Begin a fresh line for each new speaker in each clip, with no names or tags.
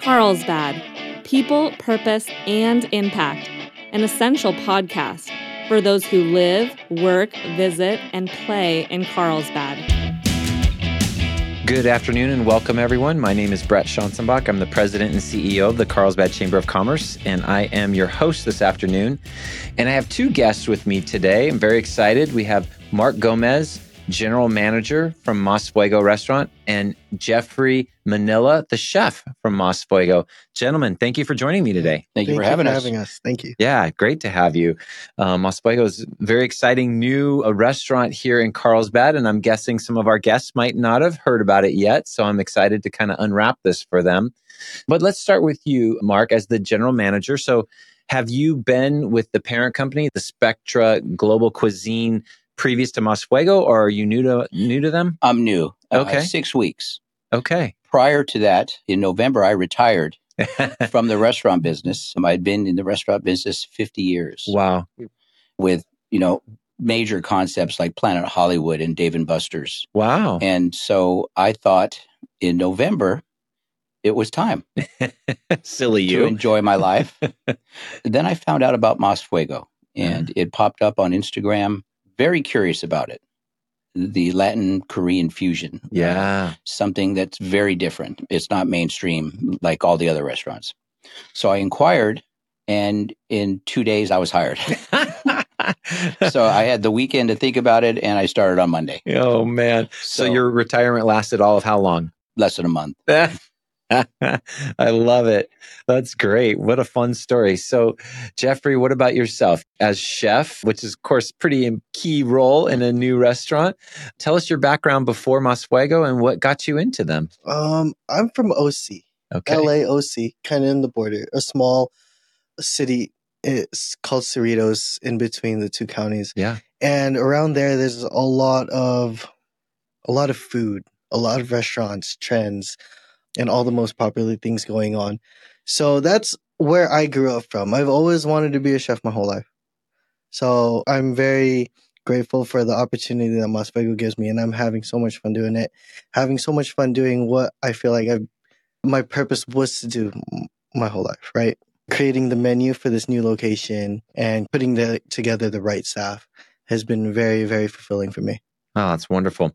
Carlsbad People, Purpose, and Impact, an essential podcast for those who live, work, visit, and play in Carlsbad.
Good afternoon and welcome, everyone. My name is Brett Schonzenbach. I'm the president and CEO of the Carlsbad Chamber of Commerce, and I am your host this afternoon. And I have two guests with me today. I'm very excited. We have Mark Gomez, general manager from Mas Fuego Restaurant, and Jeffrey Manila, the chef from Mas Fuego. Gentlemen, thank you for joining me today.
Thank, you for having us.
Thank you.
Yeah, great to have you. Um, Mas Fuego is a very exciting new uh, restaurant here in Carlsbad, and I'm guessing some of our guests might not have heard about it yet. So I'm excited to kind of unwrap this for them. But let's start with you, Mark, as the general manager. So, have you been with the parent company, the Spectra Global Cuisine, previous to Mas Fuego, or are you new to new to them?
I'm new. Uh,
Okay.
six weeks.
Okay.
Prior to that, in November, I retired from the restaurant business. Um, I'd been in the restaurant business 50 years
wow.
with, you know, major concepts like Planet Hollywood and Dave and Buster's.
Wow.
And so I thought in November, it was time
Silly
to enjoy my life. then I found out about Mas Fuego
Mm-hmm.
and it popped up on Instagram. Very curious about it. The Latin Korean fusion.
Yeah.
something that's very different. It's not mainstream like all the other restaurants. So I inquired, and in two days I was hired. so I had the weekend to think about it, and I started on Monday.
oh man. So, your retirement lasted all of how long?
less than a month.
I love it. That's great. What a fun story. So, Jeffrey, what about yourself as chef, which is of course pretty im- key role in a new restaurant? Tell us your background before Mas Fuego and what got you into them.
Um, I'm from OC,
Okay.
LA OC, kind of in the border, a small city. It's called Cerritos, in between the two counties.
Yeah.
and around there, there's a lot of, a lot of food, a lot of restaurants, trends, and all the most popular things going on. So that's where I grew up from. I've always wanted to be a chef my whole life. So I'm very grateful for the opportunity that Mas Fuego gives me, and I'm having so much fun doing it. Having so much fun doing what I feel like I've, my purpose was to do m- my whole life, right? Creating the menu for this new location and putting the, together the right staff has been very, very fulfilling for me.
Oh, that's wonderful.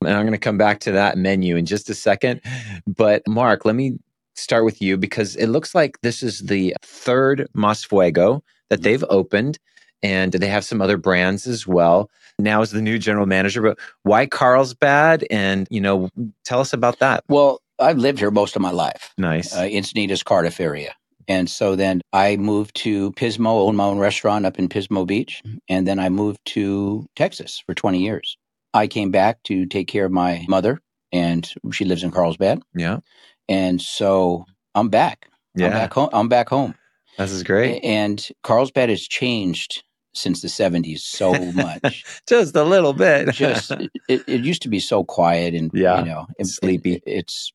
And I'm going to come back to that menu in just a second. But Mark, let me start with you because it looks like this is the third Mas Fuego
Mm-hmm.
that they've opened and they have some other brands as well. Now is the new general manager, but why Carlsbad? And, you know, tell us about that.
Well, I've lived here most of my life,
Nice.
uh, Encinitas, Cardiff area. And so then I moved to Pismo, owned my own restaurant up in Pismo Beach. And then I moved to Texas for 20 years. I came back to take care of my mother, and she lives in Carlsbad.
yeah.
and so I'm back. I'm
Yeah.
back Eh, home. I'm back home.
This is great.
And Carlsbad has changed since the 70s so much.
Just a little bit.
eh. Just it, it used to be so quiet and
Yeah.
you know and-
Sleepy.
and it's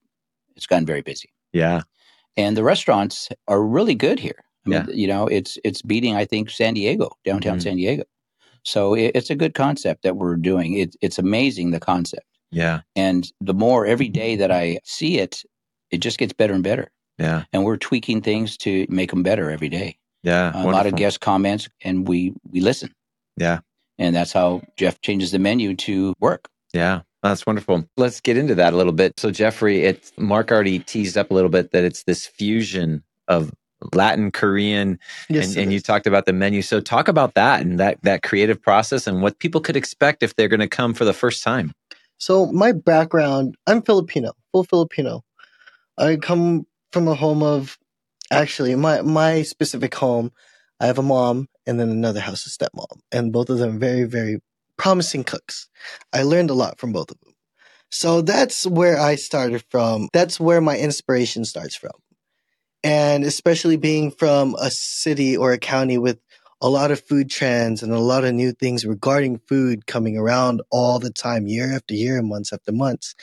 it's gotten very busy,
yeah.
and the restaurants are really good here. I mean, you know, it's it's beating I think San Diego, downtown
Mhm.
San Diego. So it, it's a good concept that we're doing. It, it's amazing the concept,
Yeah.
and the more every day that I see it, it just gets better and better.
Yeah.
and we're tweaking things to make them better every day.
Yeah.
A lot of
Wonderful.
guest comments, and we we listen,
Yeah.
and that's how Jeff changes the menu to work.
Yeah, that's wonderful. Let's get into that a little bit. So, Jeffrey, it's Mark already teased up a little bit that it's this fusion of Latin, Korean, and, and you talked about the menu. So, talk about that and that that creative process and what people could expect if they're going to come for the first time.
So my background, I'm Filipino, full Filipino. I come from a home of, actually, my my specific home. I have a mom and then another house, a stepmom, and both of them very very promising cooks. I learned a lot from both of them. So that's where I started from. That's where my inspiration starts from. And especially being from a city or a county with a lot of food trends and a lot of new things regarding food coming around all the time, year after year, and months after months.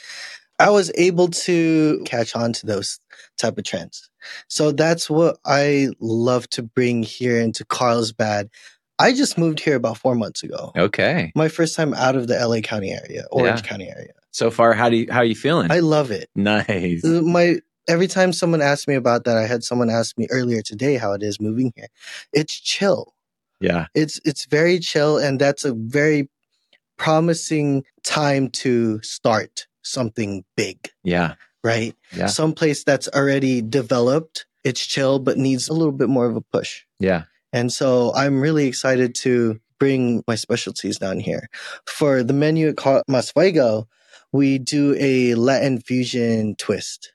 I was able to catch on to those type of trends. So that's what I love to bring here into Carlsbad. I just moved here about four months ago.
Okay.
My first time out of the LA County area, Orange County area.
So far, how do you how are you feeling?
I love it.
nice.
Uh, My every time someone asks me about that, I had someone ask me earlier today how it is moving here. It's chill.
Yeah.
It's it's very chill, and that's a very promising time to start something big,
Yeah.
right?
Yeah.
Someplace that's already developed, it's chill, but needs a little bit more of a push.
Yeah.
And so I'm really excited to bring my specialties down here. For the menu at Ca- Masfuego, we do a Latin fusion twist.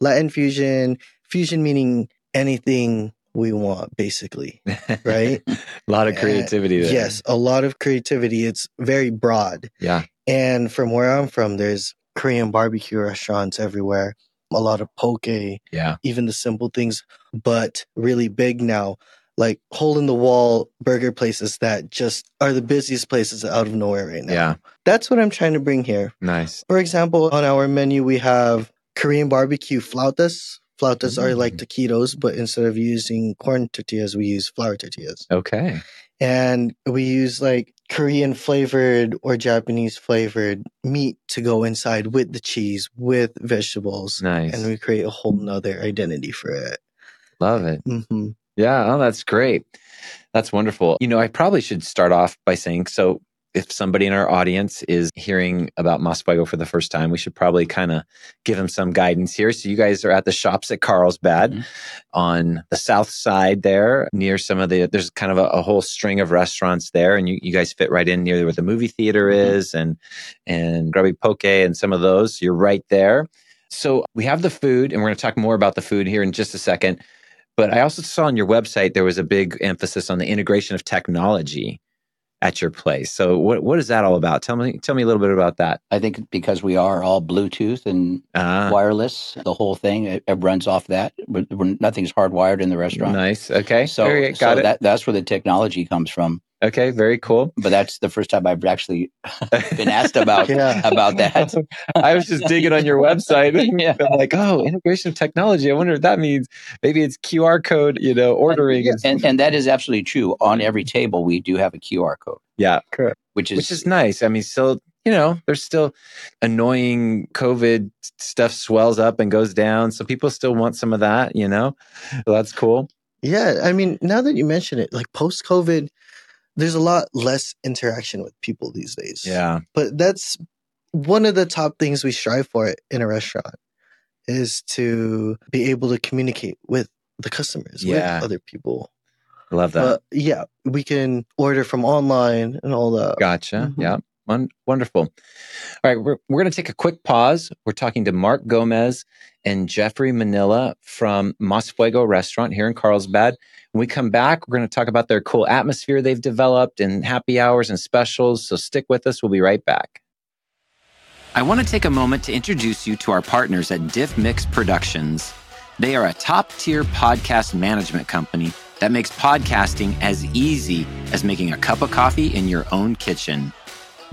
Latin fusion, fusion meaning anything we want, basically, right?
a lot of
Uh,
creativity there.
yes, a lot of creativity. It's very broad.
Yeah.
And from where I'm from, there's Korean barbecue restaurants everywhere, a lot of poke,
Yeah.
even the simple things, but really big now. Like hole in the wall burger places that just are the busiest places out of nowhere right now.
Yeah.
That's what I'm trying to bring here.
Nice.
For example, on our menu, we have Korean barbecue flautas. Flautas are
Mm.
like taquitos, but instead of using corn tortillas, we use flour tortillas.
Okay.
And we use like Korean flavored or Japanese flavored meat to go inside with the cheese, with vegetables.
Nice.
And we create a whole nother identity for it.
Love it.
hmm
Yeah. Oh, that's great. That's wonderful. You know, I probably should start off by saying so if somebody in our audience is hearing about Mosfuego for the first time, we should probably kind of give them some guidance here. So you guys are at the shops at Carlsbad
Mhm.
on the south side there near some of the there's kind of a, a whole string of restaurants there and you, you guys fit right in near where the movie theater
Mhm.
is and and grubby poke and some of those. You're right there. So we have the food and we're going to talk more about the food here in just a second. But I also saw on your website there was a big emphasis on the integration of technology at your place. So what what is that all about? Tell me tell me a little bit about that.
I think because we are all Bluetooth and
Ah,
wireless, the whole thing it, it runs off that. We're, we're, nothing's hardwired in the restaurant.
nice. Okay,
So,
very got
so
it.
that that's where the technology comes from.
okay, very cool.
But that's the first time I've actually been asked about
Yeah.
about that.
I was just digging on your website.
Yeah.
I'm like, oh, integration of technology. I wonder what that means. Maybe it's QR code, you know, ordering. is-
And and that is absolutely true. On every table, we do have a QR code,
yeah,
Correct.
which is
which is nice. I mean, still, you know, there's still annoying COVID stuff swells up and goes down. So people still want some of that, you know? So that's cool.
Yeah. I mean, now that you mention it, like post COVID, there's a lot less interaction with people these days.
Yeah.
But that's one of the top things we strive for in a restaurant is to be able to communicate with the customers,
Yeah.
with other people.
I love that.
But yeah, we can order from online and all that.
Gotcha.
Mhm.
Yeah. Won- wonderful. All right. We're, we're going to take a quick pause. We're talking to Mark Gomez and Jeffrey Manila from Mas Fuego Restaurant here in Carlsbad. When we come back, we're going to talk about their cool atmosphere they've developed and happy hours and specials. So stick with us. We'll be right back. I want to take a moment to introduce you to our partners at Diff Mix Productions. They are a top tier podcast management company that makes podcasting as easy as making a cup of coffee in your own kitchen.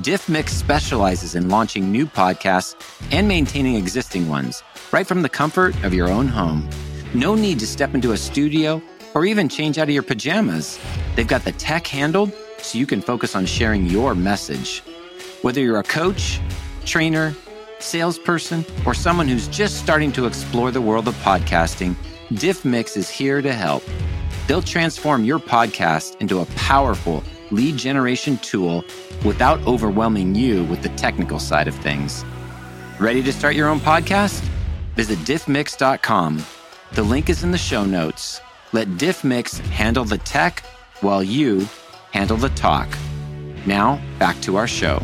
DiffMix specializes in launching new podcasts and maintaining existing ones right from the comfort of your own home. No need to step into a studio or even change out of your pajamas. They've got the tech handled so you can focus on sharing your message. Whether you're a coach, trainer, salesperson, or someone who's just starting to explore the world of podcasting, DiffMix is here to help. They'll transform your podcast into a powerful lead generation tool without overwhelming you with the technical side of things. Ready to start your own podcast? Visit diffmix.com. The link is in the show notes. Let Diffmix handle the tech while you handle the talk. Now, back to our show.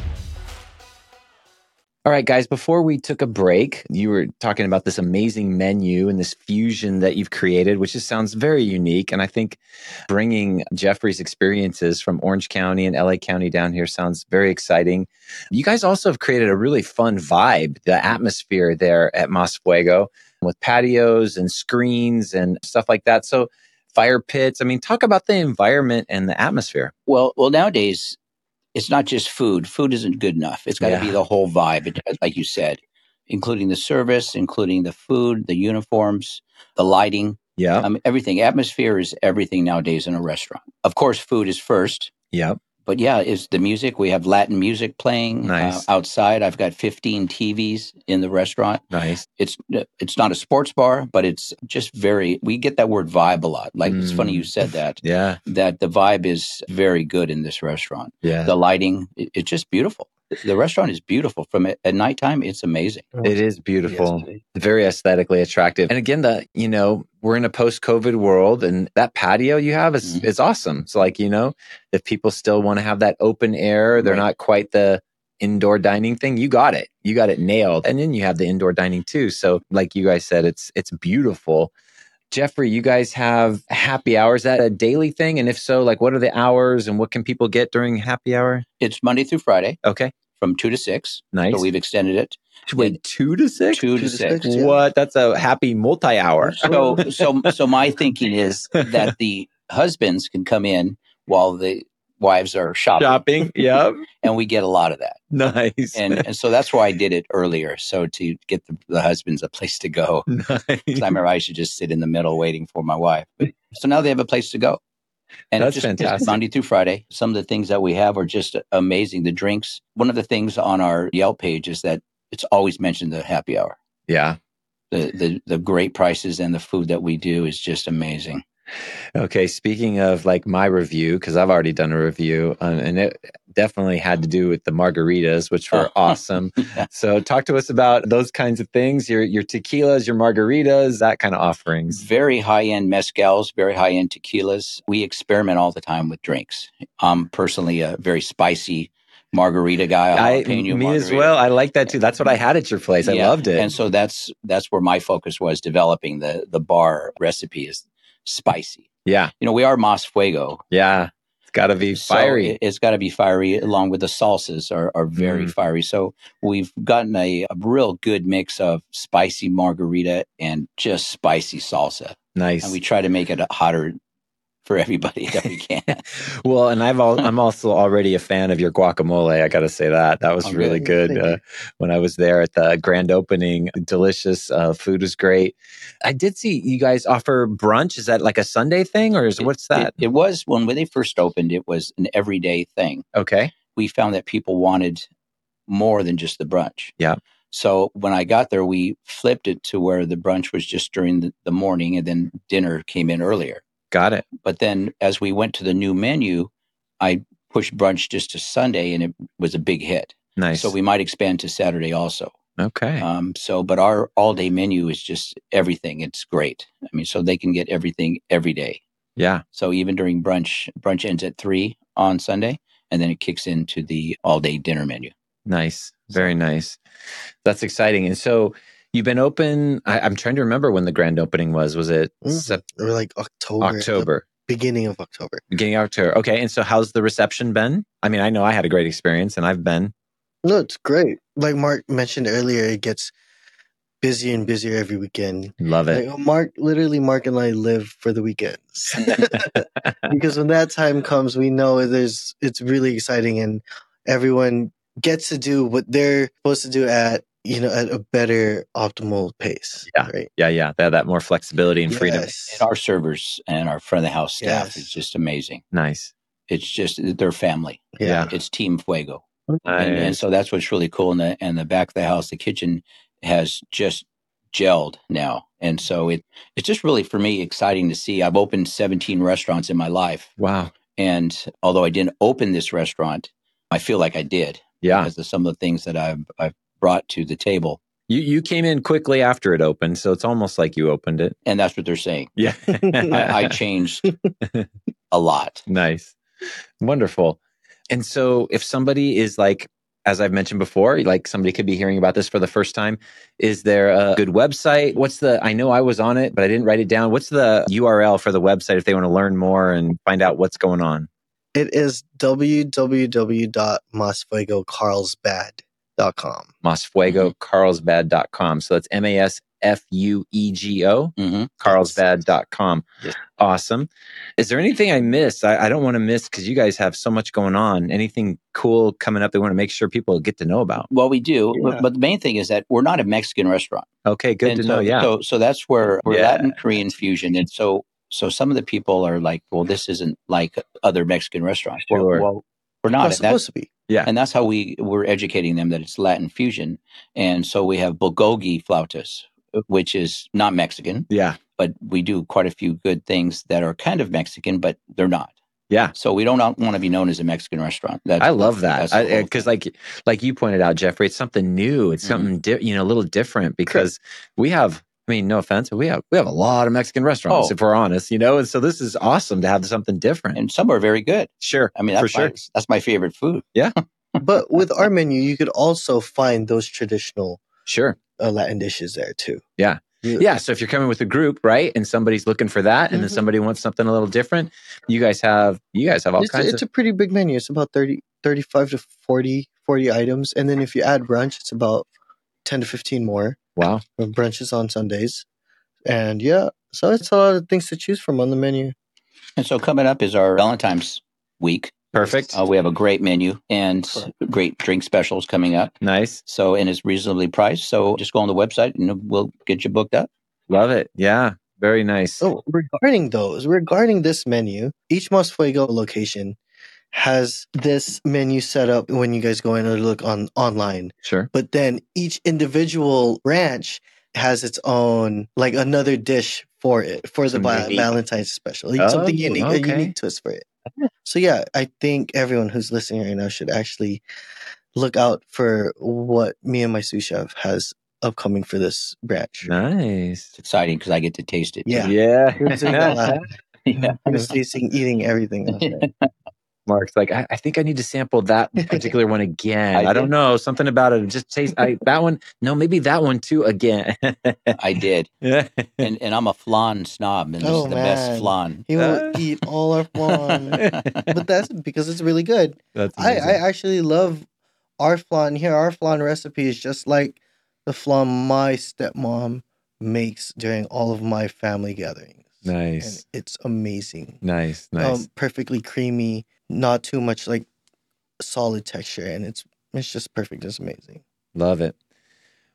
All right, guys, before we took a break, you were talking about this amazing menu and this fusion that you've created, which just sounds very unique. And I think bringing Jeffrey's experiences from Orange County and LA County down here sounds very exciting. You guys also have created a really fun vibe, the atmosphere there at Mas Fuego with patios and screens and stuff like that. So, fire pits. I mean, talk about the environment and the atmosphere.
well. Well, nowadays, it's not just food. Food isn't good enough. It's got to
Yeah.
be the whole vibe, it- like you said, including the service, including the food, the uniforms, the lighting,
Yep.
um, everything. Atmosphere is everything nowadays in a restaurant. Of course, food is first,
Yep.
But yeah, is the music. We have Latin music playing
Nice.
uh, outside. I've got 15 TVs in the restaurant.
Nice.
It's it's not a sports bar, but it's just very. We get that word vibe a lot. Like it's funny
Mm.
you said that.
Yeah.
That the vibe is very good in this restaurant.
Yeah.
The lighting, it, it's just beautiful. The- The restaurant is beautiful from at at nighttime. It's amazing.
It is beautiful.
Yes,
Very aesthetically attractive. And again, the you know, we're in a post-COVID world and that patio you have is
Mhm.
is awesome. It's like, you know, if people still want to have that open air, they're
Right.
not quite the indoor dining thing, you got it. You got it nailed. And then you have the indoor dining too. So like you guys said, it's it's beautiful. Jeffrey, you guys have happy hours. Is that a daily thing? And if so, like what are the hours and what can people get during happy hour?
It's Monday through Friday
Okay.
from two to six.
Nice.
So we've extended it
Wait, two to six?
two to
to
six.
six. Yeah.
What? That's a happy multi hour.
So so so my thinking is that the husbands can come in while the wives are shopping,
Shopping. Yep.
and we get a lot of that.
Nice.
And, and so that's why I did it earlier, so to get the, the husbands a place to go.
nice.
'Cause I remember I should just sit in the middle waiting for my wife. But, so now they have a place to go. And
That's
it's just, just
fantastic.
Monday through Friday. Some of the things that we have are just amazing. The drinks. One of the things on our Yelp page is that it's always mentioned the happy hour.
Yeah.
the, the the great prices and the food that we do is just amazing.
Okay. Speaking of like my review, because I've already done a review uh, and it definitely had to do with the margaritas, which were
Oh.
awesome. So talk to us about those kinds of things, your your tequilas, your margaritas, that kind of offerings.
Very high end mezcals, very high end tequilas. We experiment all the time with drinks. I'm personally a very spicy margarita guy. a
I, me
jalapeno
as
margarita.
well. I like that too. That's what I had at your place. I
Yeah.
loved it.
And so that's that's where my focus was developing the the bar recipe is spicy.
yeah.
You know, we are Mas Fuego.
Yeah. It's got to be
So
fiery.
it, has got to be fiery, along with the salsas are, are very
Mm.
fiery. So we've gotten a, a real good mix of spicy margarita and just spicy salsa.
nice.
And we try to make it hotter for everybody that we can.
well, and I've all, I'm also already a fan of your guacamole. I got to say that that was
Oh,
really
good.
good uh, when I was there at the grand opening. Delicious uh, food was great. I did see you guys offer brunch. Is that like a Sunday thing or is what's that?
It, it was when they first opened, it was an everyday thing.
okay,
We found that people wanted more than just the brunch.
Yeah.
So when I got there, we flipped it to where the brunch was just during the, the morning and then dinner came in earlier.
got it.
But then as we went to the new menu, I pushed brunch just to Sunday and it was a big hit.
Nice.
So we might expand to Saturday also.
okay,
Um, so, but our all day menu is just everything. It's great. I mean, so they can get everything every day.
yeah,
So even during brunch, brunch ends at three on Sunday and then it kicks into the all day dinner menu.
nice, very nice. That's exciting. And so you've been open. I, I'm trying to remember when the grand opening was. Was it
Mhm.
Sep-
Or like October. the
October?
beginning of October.
Beginning of October. Okay. And so how's the reception been? I mean, I know I had a great experience and I've been.
No, it's great. Like Mark mentioned earlier, it gets busier and busier every weekend.
Love it.
Like Mark, literally, Mark and I live for the weekends because when that time comes, we know there's it's really exciting and everyone gets to do what they're supposed to do at you know at a better optimal pace.
Yeah.
Right.
Yeah, yeah. That that more flexibility and freedom.
Yes.
And our servers and our front of the house staff
Yes.
is just amazing.
Nice.
It's just, they're family.
Uh-huh.
Yeah.
It's Team Fuego. and, and
Nice.
so that's what's really cool. And the and the back of the house, the kitchen has just gelled now, and so it it's just really for me exciting to see. I've opened 17 restaurants in my life,
Wow.
and although I didn't open this restaurant, I feel like I did
Yeah.
because of some of the things that I've I've brought to the table,
You you came in quickly after it opened, so it's almost like you opened it.
and that's what they're saying.
Yeah.
I, I changed a lot.
nice. Wonderful. And so if somebody is like as I've mentioned before, like somebody could be hearing about this for the first time. Is there a good website? What's the, I know I was on it, but I didn't write it down. What's the URL for the website if they want to learn more and find out what's going on?
It is www.masfuegocarlsbad.com.
MasfuegoCarlsbad.com. So that's M A S F U E G O,
hmm
carlsbad.com.
Yes.
Awesome. Is there anything I missed? I, I don't want to miss because you guys have so much going on. Anything cool coming up they want to make sure people get to know about?
Well, we do,
Yeah.
but, but the main thing is that we're not a Mexican restaurant.
Okay, good
and
to
so,
know. Yeah.
So, so that's where we're
Yeah.
Latin Korean fusion, and so so some of the people are like, well, this isn't like other Mexican restaurants. Well,
Sure.
well, We're not.
not
And that's,
supposed to be.
Yeah.
and that's how we we're educating them that it's Latin fusion. And so we have bulgogi flautas, which is not Mexican,
Yeah.
but we do quite a few good things that are kind of Mexican, but they're not.
Yeah.
So we don't want to be known as a Mexican restaurant. That
I eh, love that
that's the whole
because,
thing.
like, like you pointed out, Jeffrey, it's something new. It's
Mhm.
something di- you know, a little different because we have. I mean, no offense, but we have we have a lot of Mexican restaurants
Oh.
if we're honest, you know. And so this is awesome to have something different.
and some are very good.
sure,
I mean,
for
that's
sure.
my, that's my favorite food.
But with our menu, you could also find those traditional
Sure.
uh, Latin dishes there too.
Yeah.
You-
Yeah. So if you're coming with a group, right, and somebody's looking for that, and then
Mhm.
somebody wants something a little different, you guys have you guys have all
It's, a,
kinds
it's
of
a pretty big menu. It's about 30, 35 to 40, 40 items. And then if you add brunch, it's about 10 to 15 more.
wow.
But Brunch is on Sundays. And yeah, so it's a lot of things to choose from on the menu.
And so coming up is our Valentine's week.
Perfect.
Oh.
Uh, we have a great menu and
Correct.
great drink specials coming up.
Nice.
So and it's reasonably priced. So just go on the website and we'll get you booked up.
Love it. Yeah. Very nice.
So regarding those, regarding this menu, each Mas Fuego location has this menu set up when you guys go in or look on online.
Sure.
But then each individual ranch has its own, like another dish for it for the
Some
va-
unique-
Valentine's special,
Oh,
something unique, a
okay.
unique twist for it. So yeah, I think everyone who's listening right now should actually look out for what me and my sous chef has upcoming for this branch.
Nice.
It's exciting because I get to taste it.
Yeah.
Yeah.
He was doing that last
Yeah.
He was tasting, eating everything last night.
Mark's like, I, I think I need to sample that particular one again.
I
I, don't
did.
know. Something about it. it Just taste I, that one. No, maybe that one too again.
I did.
yeah.
And and I'm a flan snob and this
Oh,
is the
man.
best flan.
He will
Uh.
eat all our flan. but that's because it's really good.
That's
I,
amazing.
I actually love our flan here. Our flan recipe is just like the flan my stepmom makes during all of my family gatherings. And
nice.
it's amazing. Um,
Nice. Nice.
perfectly creamy, not too much like solid texture, and it's it's just perfect. It's amazing.
Love it.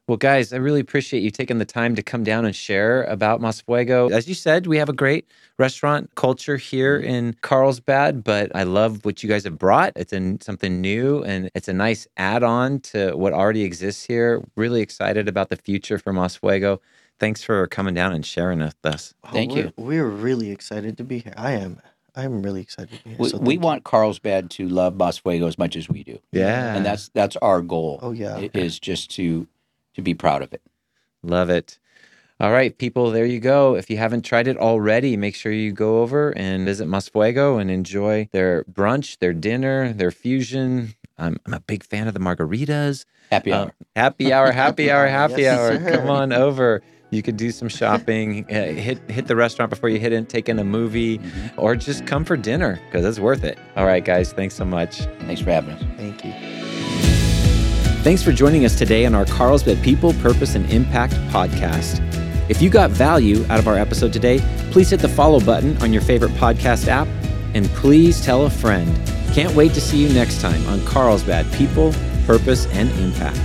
Well, guys, I really appreciate you taking the time to come down and share about Mas Fuego. As you said, we have a great restaurant culture here in Carlsbad, but I love what you guys have brought. It's in something new and it's a nice add on to what already exists here. Really excited about the future for Mas Fuego. Thanks for coming down and sharing with us.
Thank
we're,
you.
We're really excited to be here. I am. I'm really excited to be here.
we,
so
we
thank you.
want Carlsbad to love Bosfuego as much as we do.
Yeah.
And that's that's our goal.
Oh yeah.
It is just to to be proud of it.
Love it. All right, people, there you go. If you haven't tried it already, make sure you go over and visit Mas Fuego and enjoy their brunch, their dinner, their fusion. I'm, I'm a big fan of the margaritas.
Happy
Uh,
hour.
happy hour, happy hour,
Yes,
happy hour.
sir.
Come on over. You could do some shopping, uh, hit hit the restaurant before you hit in, take in a movie,
Mhm.
or just come for dinner because it's worth it. All right, guys, thanks so much.
Thanks for having us.
Thank you.
Thanks for joining us today on our Carlsbad People, Purpose, and Impact podcast. If you got value out of our episode today, please hit the follow button on your favorite podcast app and please tell a friend. Can't wait to see you next time on Carlsbad People, Purpose, and Impact.